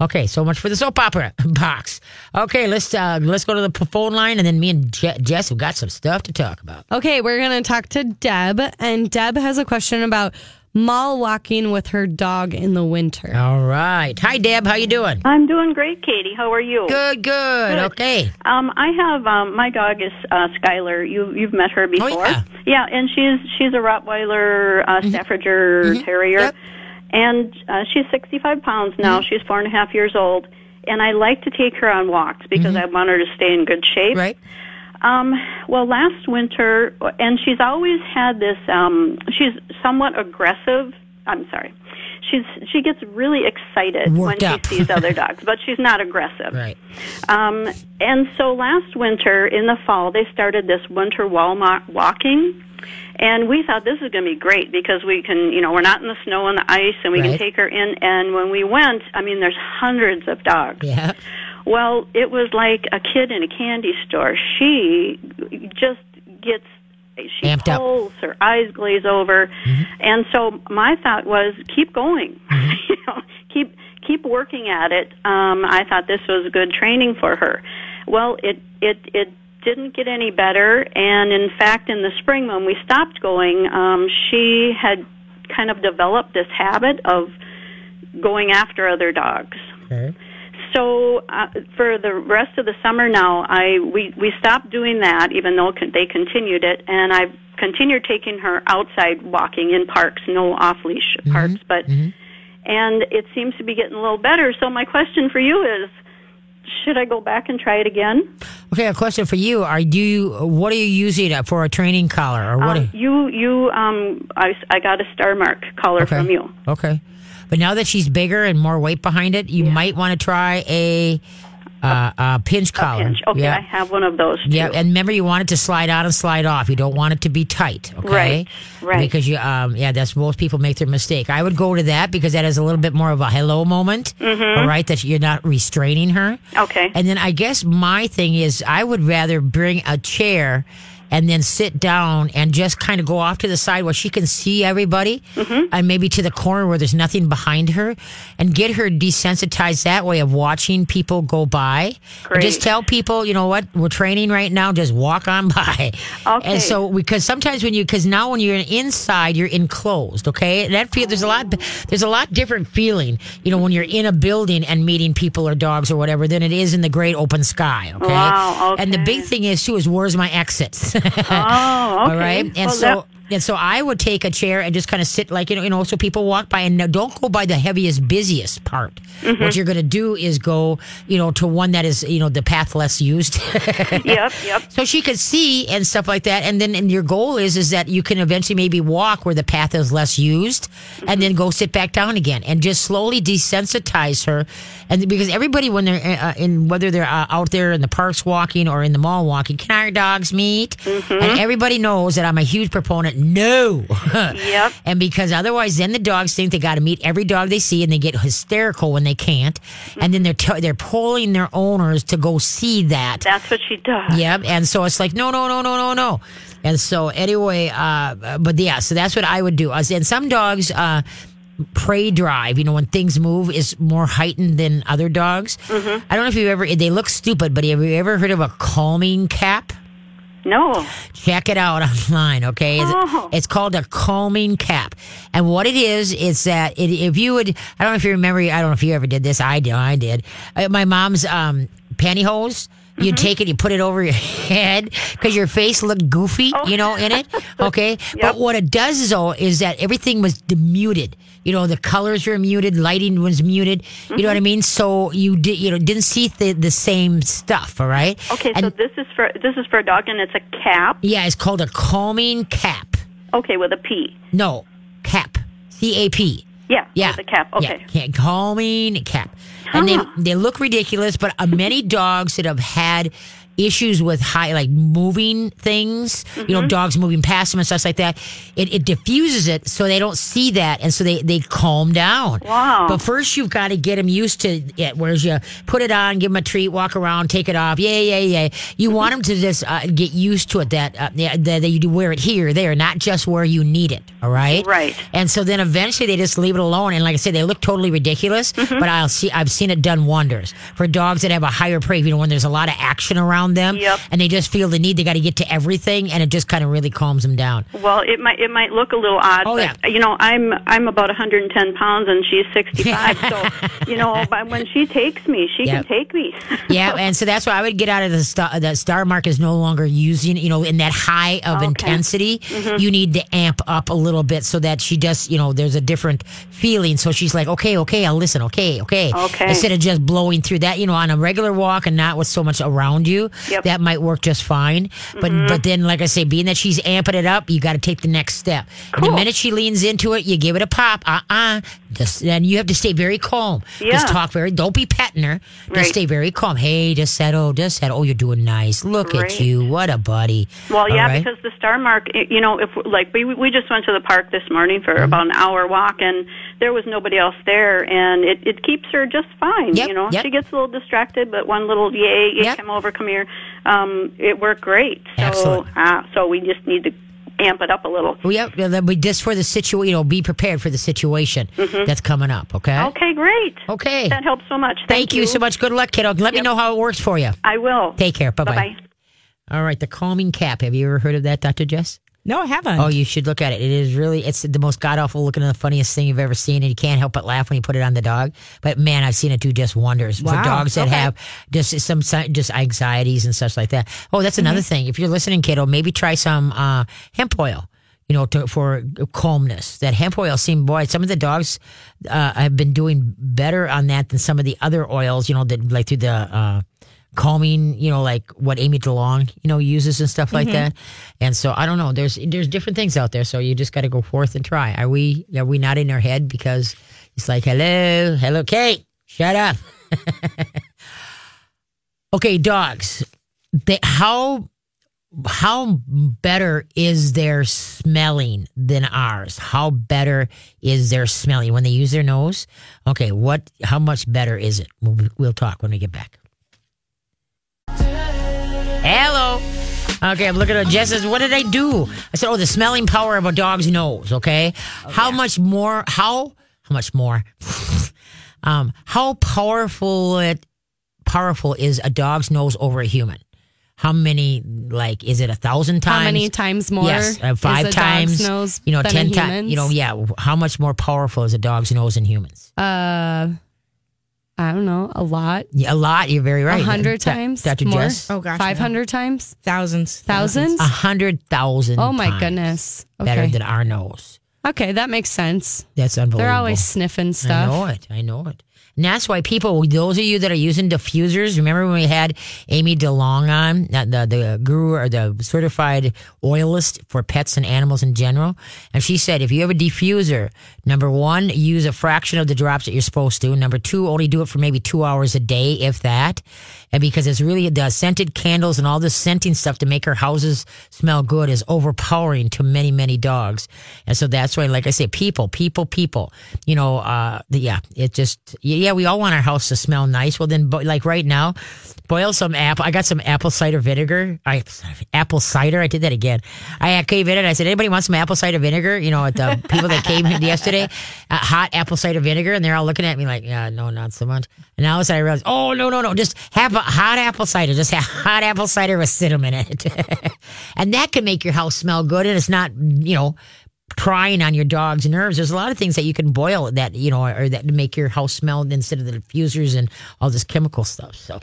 A: Okay. So much for the soap opera box. Okay. Let's uh, let's go to the p- phone line, and then me and Je- Jess have got some stuff to talk about.
C: Okay, we're going to talk to Deb, and Deb has a question about mall walking with her dog in the winter.
A: All right. Hi, Deb. How you doing?
H: I'm doing great, Katie. How are you?
A: Good. Good. Okay.
H: Um, I have um, my dog is uh, Skylar. You you've met her before.
A: Oh, yeah. Mm-hmm.
H: Yeah, and she's she's a Rottweiler uh, Staffordshire Terrier, and uh, she's 65 pounds
A: Mm-hmm.
H: now. She's four and a half years old, and I like to take her on walks because I want her to stay in good shape.
A: Mm-hmm. Right.
H: Um, well, last winter, and she's always had this. Um, she's somewhat aggressive. I'm sorry. She's she gets really excited
A: Worked
H: when
A: up.
H: she sees other dogs, but she's not aggressive.
A: Right.
H: Um, and so last winter in the fall, they started this winter Walmart walking. And we thought this is going to be great because we can, you know, we're not in the snow and the ice and we
A: Right.
H: can take her in. And when we went, I mean, there's hundreds of dogs.
A: Yeah.
H: Well, it was like a kid in a candy store. She just gets she
A: Amped up. Mm-hmm.
H: pulls, her eyes glaze over, and so my thought was keep going, you know, keep keep working at it. Um, I thought this was good training for her. Well, it it it didn't get any better, and in fact, in the spring when we stopped going, um, she had kind of developed this habit of going after other dogs
A: Okay.
H: so uh, for the rest of the summer now i we we stopped doing that even though con- they continued it and i've continued taking her outside walking in parks no off leash
A: Mm-hmm.
H: parks but and it seems to be getting a little better so my question for you is should i go back and try it again
A: Okay, a question for you. Are do you what are you using it for a training collar or what?
H: um, you you um i s- i got a star mark collar
A: okay.
H: from you
A: Okay, but now that she's bigger and more weight behind it, you might want to try a uh, a pinch collar.
H: Pinch. okay
A: Uh, yeah.
H: i have one of those too.
A: yeah, and remember, you want it to slide on and slide off. You don't want it to be tight, okay?
H: Right, right.
A: Because you, um, yeah, that's most people make their mistake. I would go to that because that is a little bit more of a hello moment, all right? That you're not restraining her.
H: Mm-hmm. okay
A: And then I guess my thing is I would rather bring a chair and then sit down and just kind of go off to the side where she can see everybody
H: Mm-hmm.
A: and maybe to the corner where there's nothing behind her and get her desensitized that way of watching people go by. And just
H: Great.
A: tell people, you know what, we're training right now, just walk on by.
H: Okay.
A: And so because sometimes when you because now when you're inside you're enclosed okay And that feel there's a lot there's a lot different feeling you know when you're in a building and meeting people or dogs or whatever than it is in the great open sky okay
H: Wow,
A: and the
H: okay.
A: big thing is too is where's my exits
H: oh okay
A: all right and
H: Well,
A: so
H: that-
A: And so I would take a chair and just kind of sit like you know, you know, so people walk by and now don't go by the heaviest, busiest part.
H: Mm-hmm.
A: What you're going to do is go, you know, to one that is, you know, the path less used.
H: Yep, yep.
A: so she could see and stuff like that. And then, and your goal is is that you can eventually maybe walk where the path is less used, and then go sit back down again, and just slowly desensitize her. And because everybody, when they're uh, in, whether they're uh, out there in the parks walking or in the mall walking, can our dogs meet? And everybody knows that I'm a huge proponent. No.
H: Yep.
A: And because otherwise, then the dogs think they got to meet every dog they see, and they get hysterical when they can't. And then they're t- they're pulling their owners to go see that.
H: That's what she does.
A: Yep. And so it's like, no, no, no, no, no, no. And so anyway, uh, but yeah, so that's what I would do. I And some dogs, uh, prey drive, you know, when things move is more heightened than other dogs. I don't know if you've ever, they look stupid, but have you ever heard of a calming cap?
H: No.
A: Check it out online, okay? It's,
H: Oh.
A: it's called a calming cap. And what it is, is that it, if you would, I don't know if you remember, I don't know if you ever did this. I do, I did. Uh, My mom's um, pantyhose.
H: Mm-hmm.
A: You take it, you put it over your head because your face looked goofy,
H: Oh.
A: you know, in it. Okay. But what it does, though, is that everything was muted. You know, the colors were muted, lighting was muted. You know
H: Mm-hmm.
A: what I mean? So you did, you know, didn't see the, the same stuff. All right.
H: Okay,
A: And-
H: so this is for this is for a dog, and it's a cap.
A: yeah, it's called a calming cap.
H: Okay, with a P.
A: No, cap. C A P.
H: Yeah.
A: Yeah.
H: With a cap. Okay.
A: Yeah, ca- calming cap. And they, they look ridiculous, but uh, many dogs that have had issues with high, like moving things, you
H: Mm-hmm.
A: know, dogs moving past them and stuff like that, it, it diffuses it so they don't see that. And so they, they calm down.
H: Wow.
A: But first, you've got to get them used to it, whereas you put it on, give them a treat, walk around, take it off. Yeah, yeah, yeah.
H: Mm-hmm.
A: You want them to just uh, get used to it that, uh, yeah, that, that you do wear it here, there, not just where you need it. All right.
H: Right.
A: And so then eventually they just leave it alone. And like I said, they look totally ridiculous, but I'll see, I've seen it done wonders for dogs that have a higher prey, you know, when there's a lot of action around them
H: Yep.
A: and they just feel the need, they got to get to everything. And it just kind of really calms them down.
H: Well, it might it might look a little odd,
A: Oh,
H: but
A: yeah.
H: you know, I'm I'm about 110 pounds and she's 65, so you know, but when she takes me, she
A: Yep.
H: can take me.
A: Yeah, and so that's why I would get out of the star, that star mark is no longer using, you know, in that high
H: Oh,
A: of intensity.
H: Mm-hmm.
A: You need to amp up a little bit so that she just, you know, there's a different feeling. So she's like, okay, okay, I'll listen. Okay, okay.
H: Okay.
A: Instead of just blowing through that, you know, on a regular walk and not with so much around you,
H: Yep. Mm-hmm.
A: that might work just fine. But, but then, like I say, being that she's amping it up, you got to take the next step. And the
H: Cool.
A: minute she leans into it, you give it a pop. Uh uh Just And you have to stay very calm.
H: Yeah.
A: Just talk very, don't be petting her. Just
H: Right.
A: stay very calm. Hey, just settle, just settle. Oh, you're doing nice. Look at
H: Right.
A: you. What a buddy.
H: Well, yeah,
A: All right?
H: because the star mark, i- you know, if like we we just went to the park this morning
A: Mm-hmm.
H: for about an hour walk, and there was nobody else there, and it it keeps her just fine.
A: Yep,
H: you know,
A: yep.
H: she gets a little distracted, but one little yay,
A: Yep.
H: come over, come here, um, it worked great. So
A: Excellent.
H: Uh, so we just need to amp it up a little.
A: Well, yep, yeah, that'll be just for the situation. You know, be prepared for the situation that's coming up. Okay.
H: Mm-hmm. Okay, great.
A: Okay.
H: That helps so much.
A: Oh. Thank, you. so much. Good luck, kiddo. Let me know how it works for you.
H: I will.
A: Take care. Bye bye.
H: Bye-bye.
A: All right, the calming cap. Have you ever heard of that, Dr. Jess?
B: No, I haven't.
A: Oh, you should look at it. It is really, it's the most god awful looking and the funniest thing you've ever seen. And you can't help but laugh when you put it on the dog. But man, I've seen it do just wonders
B: Wow.
A: for dogs that
B: Okay.
A: have just some, si- just anxieties and such like that. Oh, that's
B: Mm-hmm.
A: another thing. If you're listening, kiddo, maybe try some, uh, hemp oil. You know, to, for calmness, that hemp oil seemed boy. Some of the dogs uh, have been doing better on that than some of the other oils. You know, that like through the uh, calming, you know, like what Amy DeLong, you know, uses and stuff like
B: Mm-hmm.
A: that. And so I don't know. There's there's different things out there. So you just got to go forth and try. Are we are we not in our head because it's like hello, hello, Kate, shut up. okay, dogs. They, how how better is their smelling than ours? How better is their smelling when they use their nose? Okay, what? How much better is it? We'll, we'll talk when we get back. Hello. Okay, I'm looking at Jess. What did I do? I said, "Oh, the smelling power of a dog's nose." Okay,
C: Oh,
A: how much more? How how much more? um, how powerful it powerful is a dog's nose over a human? How many? Like, is it a thousand times?
C: How many times more?
A: Yes, uh, five
C: is a
A: times.
C: Dog's nose
A: you know,
C: than a
A: ten times. You know,
C: human's?
A: yeah. How much more powerful is a dog's nose than humans?
C: Uh, I don't know, a lot.
A: Yeah, a lot. You're very
C: A
A: right.
C: hundred
A: Do-
C: times
A: Dr.
C: more.
A: Jess.
B: Oh, gosh,
C: Five hundred times,
B: Thousands.
C: thousands.
A: A hundred thousand.
C: Oh my
A: times
C: goodness.
A: Better
C: Okay.
A: than our nose.
C: Okay, that makes sense.
A: That's unbelievable.
C: They're always sniffing stuff.
A: I know it. I know it. And that's why people, those of you that are using diffusers, remember when we had Amy DeLong on, not the, the guru or the certified oilist for pets and animals in general? And she said, if you have a diffuser, number one, use a fraction of the drops that you're supposed to. Number two, only do it for maybe two hours a day, if that. And because it's really the scented candles and all this scenting stuff to make our houses smell good is overpowering to many, many dogs. And so that's why, like I say, people, people, people, you know, uh, the- yeah, it just, yeah, we all want our house to smell nice. Well, then, bo- like right now, boil some apple. I got some apple cider vinegar. I, apple cider. I did that again. I came in and I said, anybody want some apple cider vinegar? You know, at the people that came here yesterday, uh, hot apple cider vinegar. And they're all looking at me like, yeah, no, not so much. And all of a sudden I realized, oh, no, no, no, just have a hot apple cider. Just have hot apple cider with cinnamon in it. and that can make your house smell good. And it's not, you know, prying on your dog's nerves. There's a lot of things that you can boil that, you know, or that make your house smell instead of the diffusers and all this chemical stuff. So,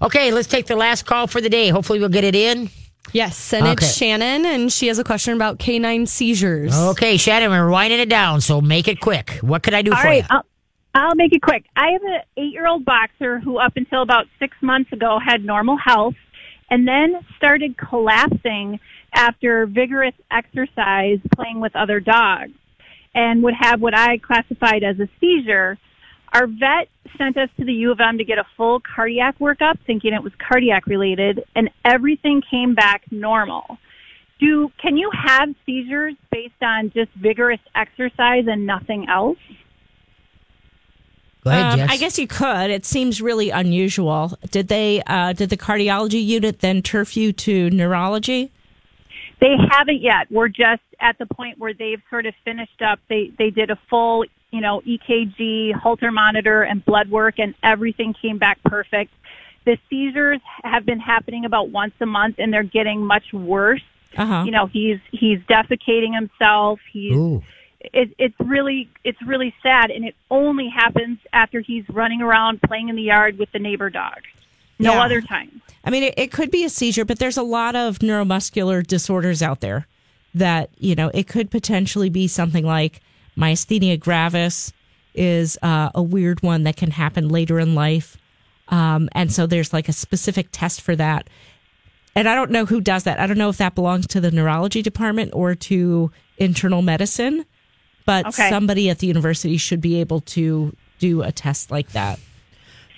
A: okay, let's take the last call for the day. Hopefully we'll get it in.
C: Yes, and
A: Okay.
C: it's Shannon, and she has a question about canine seizures.
A: Okay, Shannon, we're winding it down, so make it quick. What could I do
D: All
A: for
D: right,
A: you?
D: I'll, I'll make it quick. I have an eight-year-old boxer who, up until about six months ago, had normal health, and then started collapsing after vigorous exercise, playing with other dogs, and would have what I classified as a seizure. Our vet sent us to the U of M to get a full cardiac workup, thinking it was cardiac related, and everything came back normal. Do can you have seizures based on just vigorous exercise and nothing else?
A: Go ahead,
B: Um,
A: Jess.
B: I guess you could. It seems really unusual. Did they? Uh, did the cardiology unit then turf you to neurology?
D: They haven't yet. We're just at the point where they've sort of finished up. They they did a full, you know, EKG, Holter monitor, and blood work, and everything came back perfect. The seizures have been happening about once a month, and they're getting much worse.
B: Uh huh.
D: You know, he's he's defecating himself. He's
A: Ooh.
D: it, it's really it's really sad, and it only happens after he's running around playing in the yard with the neighbor dog. No
B: Yeah.
D: other time.
B: I mean, it, it could be a seizure, but there's a lot of neuromuscular disorders out there that, you know, it could potentially be something like myasthenia gravis is uh, a weird one that can happen later in life. Um, and so there's like a specific test for that. And I don't know who does that. I don't know if that belongs to the neurology department or to internal medicine, but
D: Okay.
B: somebody at the university should be able to do a test like that.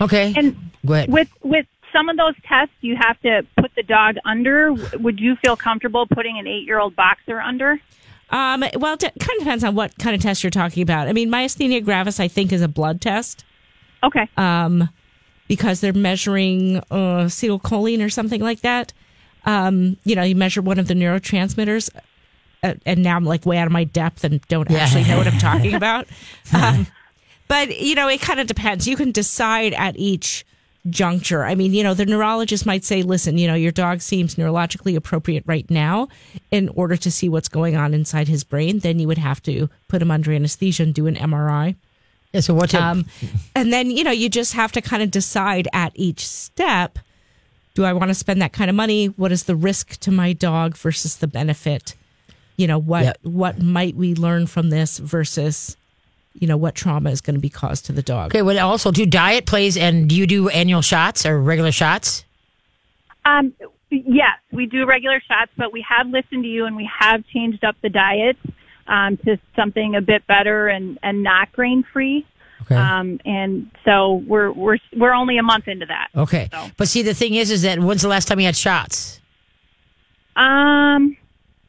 A: Okay.
D: And
A: Go ahead.
D: with with some of those tests, you have to put the dog under. W- Would you feel comfortable putting an eight year old boxer under?
B: Um, well, it de- kind of depends on what kind of test you're talking about. I mean, myasthenia gravis, I think, is a blood test
D: Okay.
A: Uh.
B: um, because they're measuring uh, acetylcholine or something like that. Um, you know, you measure one of the neurotransmitters, uh, and now I'm like way out of my depth and don't actually know what I'm talking about. Um, but you know, it kind of depends. You can decide at each juncture. I mean, you know, the neurologist might say, "Listen, you know, your dog seems neurologically appropriate right now. In order to see what's going on inside his brain, then you would have to put him under anesthesia and do an MRI."
A: yeah, so what?
B: Um, and then, you know, you just have to kind of decide at each step do I want to spend that kind of money? What is the risk to my dog versus the benefit? You know, what,
A: Yep.
B: what might we learn from this versus, you know, what trauma is going to be caused to the dog?
A: okay. Well, also, do diet plays, and do you do annual shots or regular shots?
D: Um, yes, we do regular shots, but we have listened to you and we have changed up the diet um, to something a bit better and, and not grain free.
A: Okay.
D: Um, and so we're we're we're only a month into that.
A: okay.
D: so.
A: But see, the thing is, is that when's the last time you had shots?
D: Um,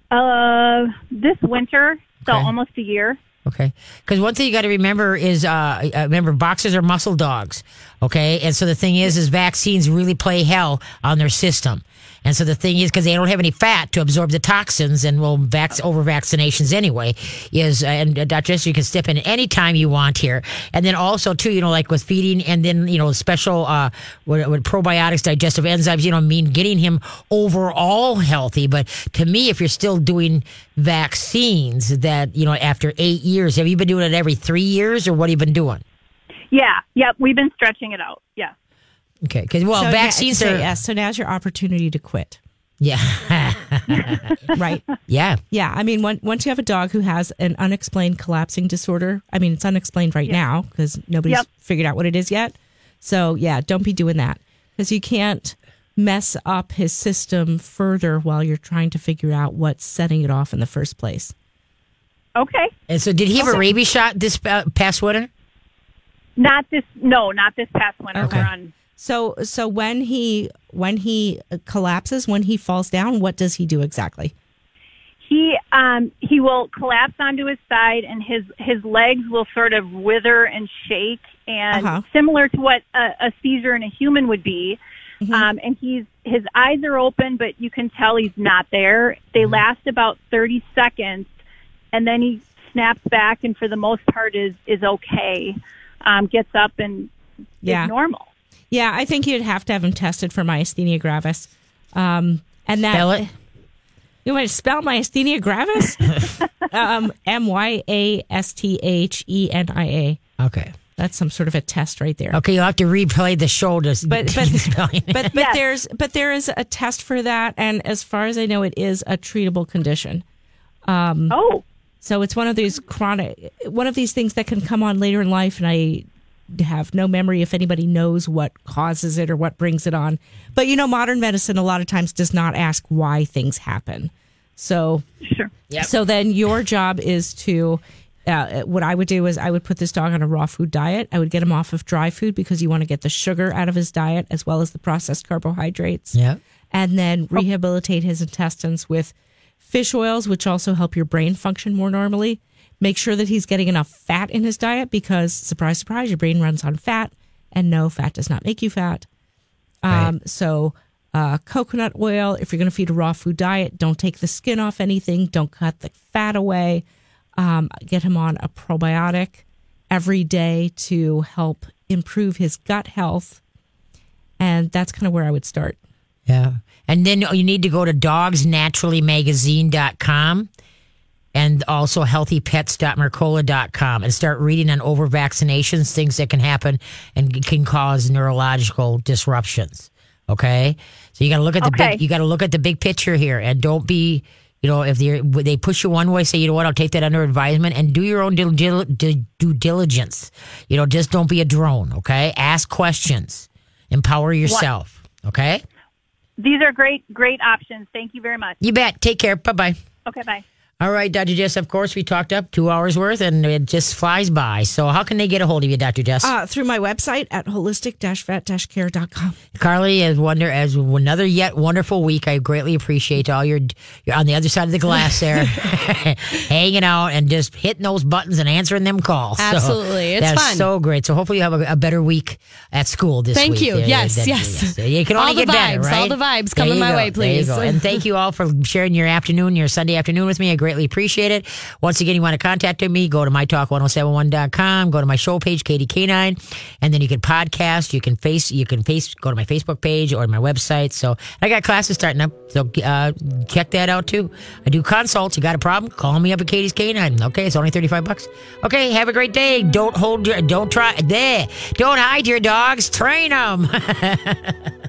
D: uh, this winter, so
A: Okay.
D: almost a year.
A: Okay. Because one thing you got to remember is, uh, uh, remember, boxers are muscle dogs. Okay. And so the thing is, is vaccines really play hell on their system. And so the thing is, because they don't have any fat to absorb the toxins and will vax over vaccinations anyway, is, uh, and uh, Dr. Esther, you can step in anytime you want here. And then also, too, you know, like with feeding and then, you know, special, uh, what, what probiotics, digestive enzymes, you know, mean getting him overall healthy. But to me, if you're still doing vaccines that, you know, after eight years, have you been doing it every three years or what have you been doing?
D: Yeah. Yep. We've been stretching it out. Yeah.
A: Okay, because well,
B: So,
A: vaccines
B: yeah, so,
A: are
B: yes, so now's your opportunity to quit,
A: yeah,
B: right?
A: yeah.
B: Yeah, I mean, when, once you have a dog who has an unexplained collapsing disorder, I mean, it's unexplained right now because nobody's
D: Yep.
B: figured out what it is yet. So, yeah, don't be doing that because you can't mess up his system further while you're trying to figure out what's setting it off in the first place.
D: Okay.
A: And so, did he have a rabies shot this uh, past winter?
D: Not this. No, not this past winter.
A: Okay.
D: We're on.
B: So, so when he when he collapses, when he falls down, what does he do exactly?
D: He um he will collapse onto his side, and his his legs will sort of wither and shake, and
B: Uh-huh.
D: similar to what a, a seizure in a human would be.
B: Mm-hmm.
D: Um, and he's his eyes are open, but you can tell he's not there. They
B: Mm-hmm.
D: last about thirty seconds, and then he snaps back, and for the most part is is okay. Um, gets up and
B: Yeah.
D: is normal.
B: Yeah, I think you'd have to have him tested for myasthenia gravis. Um, and that
A: Spell it.
B: You want to spell myasthenia gravis? um, M Y A S T H E N I A.
A: Okay.
B: That's some sort of a test right there.
A: Okay, you'll have to replay the shoulders.
B: But but
A: spelling.
B: but, but there's but there is a test for that, and as far as I know, it is a treatable condition. Mm-hmm.
D: Oh,
B: So it's one of these chronic, one of these things that can come on later in life, and I have no memory if anybody knows what causes it or what brings it on. But you know, modern medicine a lot of times does not ask why things happen. So
D: sure.
B: so then your job is to. Uh, what I would do is I would put this dog on a raw food diet. I would get him off of dry food because you want to get the sugar out of his diet as well as the processed carbohydrates.
A: Yeah.
B: And then rehabilitate his intestines with fish oils, which also help your brain function more normally. Make sure that he's getting enough fat in his diet because, surprise, surprise, your brain runs on fat. And no, fat does not make you fat. Um, So, uh, coconut oil. If you're going to feed a raw food diet, don't take the skin off anything. Don't cut the fat away. Um, get him on a probiotic every day to help improve his gut health. And that's kind of where I would start.
A: Yeah. And then you need to go to dogsnaturallymagazine.com and also healthypets.mercola.com and start reading on over vaccinations, things that can happen and can cause neurological disruptions. Okay. So you got to look at the
D: Okay.
A: big, you got to look at the big picture here and don't be, you know, if they they push you one way, say, you know what, I'll take that under advisement and do your own dil- dil- dil- due diligence. You know, just don't be a drone. Okay. Ask questions, empower yourself. Okay.
D: These are great, great options. Thank you very much.
A: You bet. Take care. Bye bye.
D: Okay, bye.
A: All right, Dr. Jess, of course, we talked up two hours worth and it just flies by. So, how can they get a hold of you, Dr. Jess?
B: Uh, through my website at holistic vet care.com.
A: Carly, as wonder as another yet wonderful week. I greatly appreciate all your you're on the other side of the glass there, hanging out and just hitting those buttons and answering them calls. So
C: Absolutely. It's
A: that's
C: fun.
A: so great. So hopefully you have a, a better week at school this
C: Thank
A: week.
C: you. Yes, yes.
A: You can
C: All
A: only
C: the
A: get better,
C: vibes,
A: right?
C: all the vibes
A: There
C: coming
A: you
C: my
A: go.
C: way,
A: There you
C: please.
A: go. And thank you all for sharing your afternoon, your Sunday afternoon with me. I greatly appreciate it. Once again, you want to contact me, go to mytalk1071.com, go to my show page, Katie K9, and then you can podcast, you can face, you can face, go to my Facebook page or my website. So I got classes starting up. So uh, check that out too. I do consults. You got a problem? Call me up at Katie's K9. Okay. It's only 35 bucks. Okay. Have a great day. Don't hold your, don't try, there. Don't hide your dogs. Train them.